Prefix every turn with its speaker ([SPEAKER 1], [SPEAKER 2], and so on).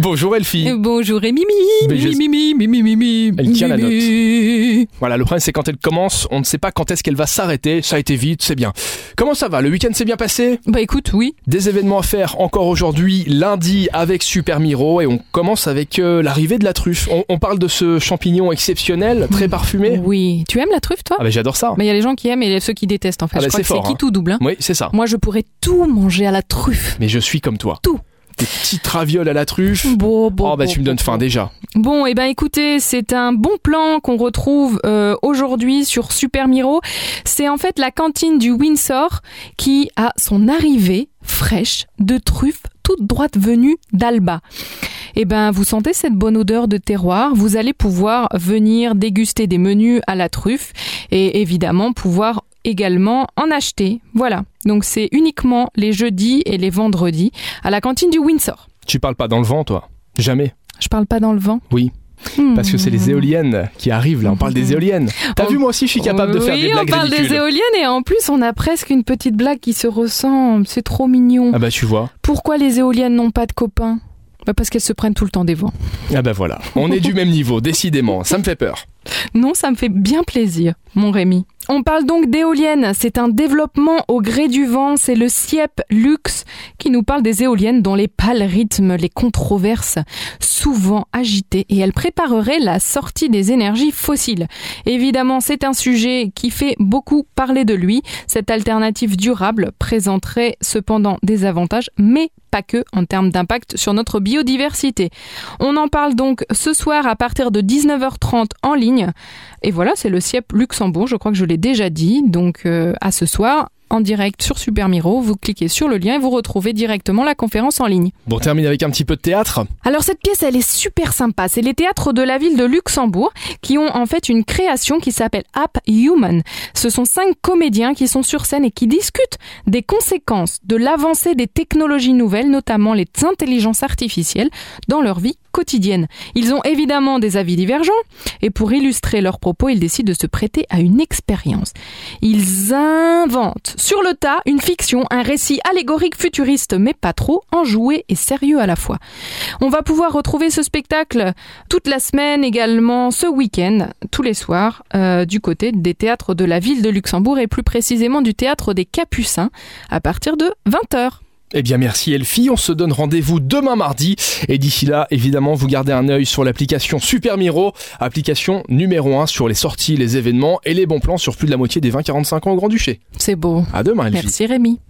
[SPEAKER 1] Bonjour
[SPEAKER 2] Eh
[SPEAKER 1] Elfie.
[SPEAKER 2] Bonjour et Mimi,
[SPEAKER 1] Mais
[SPEAKER 2] Mimi,
[SPEAKER 1] je-
[SPEAKER 2] Mimi, Mimi, Mimi,
[SPEAKER 1] Elle tient la
[SPEAKER 2] Mimi.
[SPEAKER 1] Voilà, le problème c'est quand elle commence, on ne sait pas quand est-ce qu'elle va s'arrêter. Ça a été vite, c'est bien. Comment ça va Le week-end s'est bien passé
[SPEAKER 2] Bah écoute, oui.
[SPEAKER 1] Des événements à faire encore aujourd'hui, lundi avec Super Miro et on commence avec euh, l'arrivée de la truffe. On, on parle de ce champignon exceptionnel,
[SPEAKER 2] Mm.
[SPEAKER 1] très parfumé.
[SPEAKER 2] Oui. Tu aimes la truffe, toi
[SPEAKER 1] Ah bah j'adore ça.
[SPEAKER 2] Mais il y a les gens qui aiment et ceux qui détestent, en fait.
[SPEAKER 1] Ah bah,
[SPEAKER 2] Je crois
[SPEAKER 1] c'est
[SPEAKER 2] que
[SPEAKER 1] fort,
[SPEAKER 2] c'est qui
[SPEAKER 1] hein.
[SPEAKER 2] tout double. hein.
[SPEAKER 1] Oui, c'est ça.
[SPEAKER 2] Moi, je pourrais tout manger à la truffe.
[SPEAKER 1] Mais je suis comme toi.
[SPEAKER 2] Tout.
[SPEAKER 1] Des petites ravioles à la truffe.
[SPEAKER 2] Bon, bon.
[SPEAKER 1] Oh bah
[SPEAKER 2] bon,
[SPEAKER 1] tu me donnes
[SPEAKER 2] bon,
[SPEAKER 1] faim
[SPEAKER 2] bon.
[SPEAKER 1] déjà.
[SPEAKER 2] Bon, eh ben écoutez, c'est un bon plan qu'on retrouve euh, aujourd'hui sur Super Miro. C'est en fait la cantine du Windsor qui a son arrivée fraîche de truffes toute droite venue d'Alba. Eh ben, vous sentez cette bonne odeur de terroir. Vous allez pouvoir venir déguster des menus à la truffe et évidemment pouvoir également en acheter. Voilà. Donc c'est uniquement les jeudis et les vendredis à la cantine du Windsor.
[SPEAKER 1] Tu parles pas dans le vent toi. Jamais.
[SPEAKER 2] Je parle pas dans le vent. Hmm.
[SPEAKER 1] Oui, Parce que c'est
[SPEAKER 2] Mmh.
[SPEAKER 1] les éoliennes qui arrivent là. On parle des éoliennes. T'as
[SPEAKER 2] On-
[SPEAKER 1] vu moi aussi je suis capable de faire
[SPEAKER 2] Mmh. oui,
[SPEAKER 1] des blagues
[SPEAKER 2] on parle
[SPEAKER 1] ridicules.
[SPEAKER 2] des éoliennes et en plus on a presque une petite blague qui se ressemble. C'est trop mignon.
[SPEAKER 1] Ah bah tu vois.
[SPEAKER 2] Pourquoi les éoliennes n'ont pas de copains Bah, Parce qu'elles se prennent tout le temps des vents.
[SPEAKER 1] Ah bah voilà. On est du même niveau, décidément. Ça me fait peur.
[SPEAKER 2] Non, ça me fait bien plaisir, mon Rémi. On parle donc d'éoliennes. C'est un développement au gré du vent. C'est le CIEP Luxe qui nous parle des éoliennes dont les pâles rythment les controverses, souvent agitées, et elles prépareraient la sortie des énergies fossiles. Évidemment, c'est un sujet qui fait beaucoup parler de lui. Cette alternative durable présenterait cependant des avantages, mais pas que en termes d'impact sur notre biodiversité. On en parle donc ce soir à partir de 19h30 en ligne. Et voilà, c'est le CIEP Luxembourg, je crois que je l'ai déjà dit. Donc euh, à ce soir, en direct sur Super Miro, vous cliquez sur le lien et vous retrouvez directement la conférence en ligne.
[SPEAKER 1] Bon, on termine avec un petit peu de théâtre.
[SPEAKER 2] Alors cette pièce, elle est super sympa. C'est les théâtres de la ville de Luxembourg qui ont en fait une création qui s'appelle App Human. Ce sont cinq comédiens qui sont sur scène et qui discutent des conséquences de l'avancée des technologies nouvelles, notamment les intelligences artificielles, dans leur vie quotidienne. Ils ont évidemment des avis divergents et pour illustrer leurs propos, ils décident de se prêter à une expérience. Ils inventent sur le tas une fiction, un récit allégorique futuriste, mais pas trop, enjoué et sérieux à la fois. On va pouvoir retrouver ce spectacle toute la semaine également, ce week-end, tous les soirs, euh, du côté des théâtres de la ville de Luxembourg et plus précisément du théâtre des Capucins à partir de 20h.
[SPEAKER 1] Eh bien merci Elfie, on se donne rendez-vous demain mardi et d'ici là évidemment vous gardez un œil sur l'application Super Miro, application numéro 1 sur les sorties, les événements et les bons plans sur plus de la moitié des 20-45 ans au Grand-Duché.
[SPEAKER 2] C'est beau.
[SPEAKER 1] À demain Elfie.
[SPEAKER 2] Merci Rémi.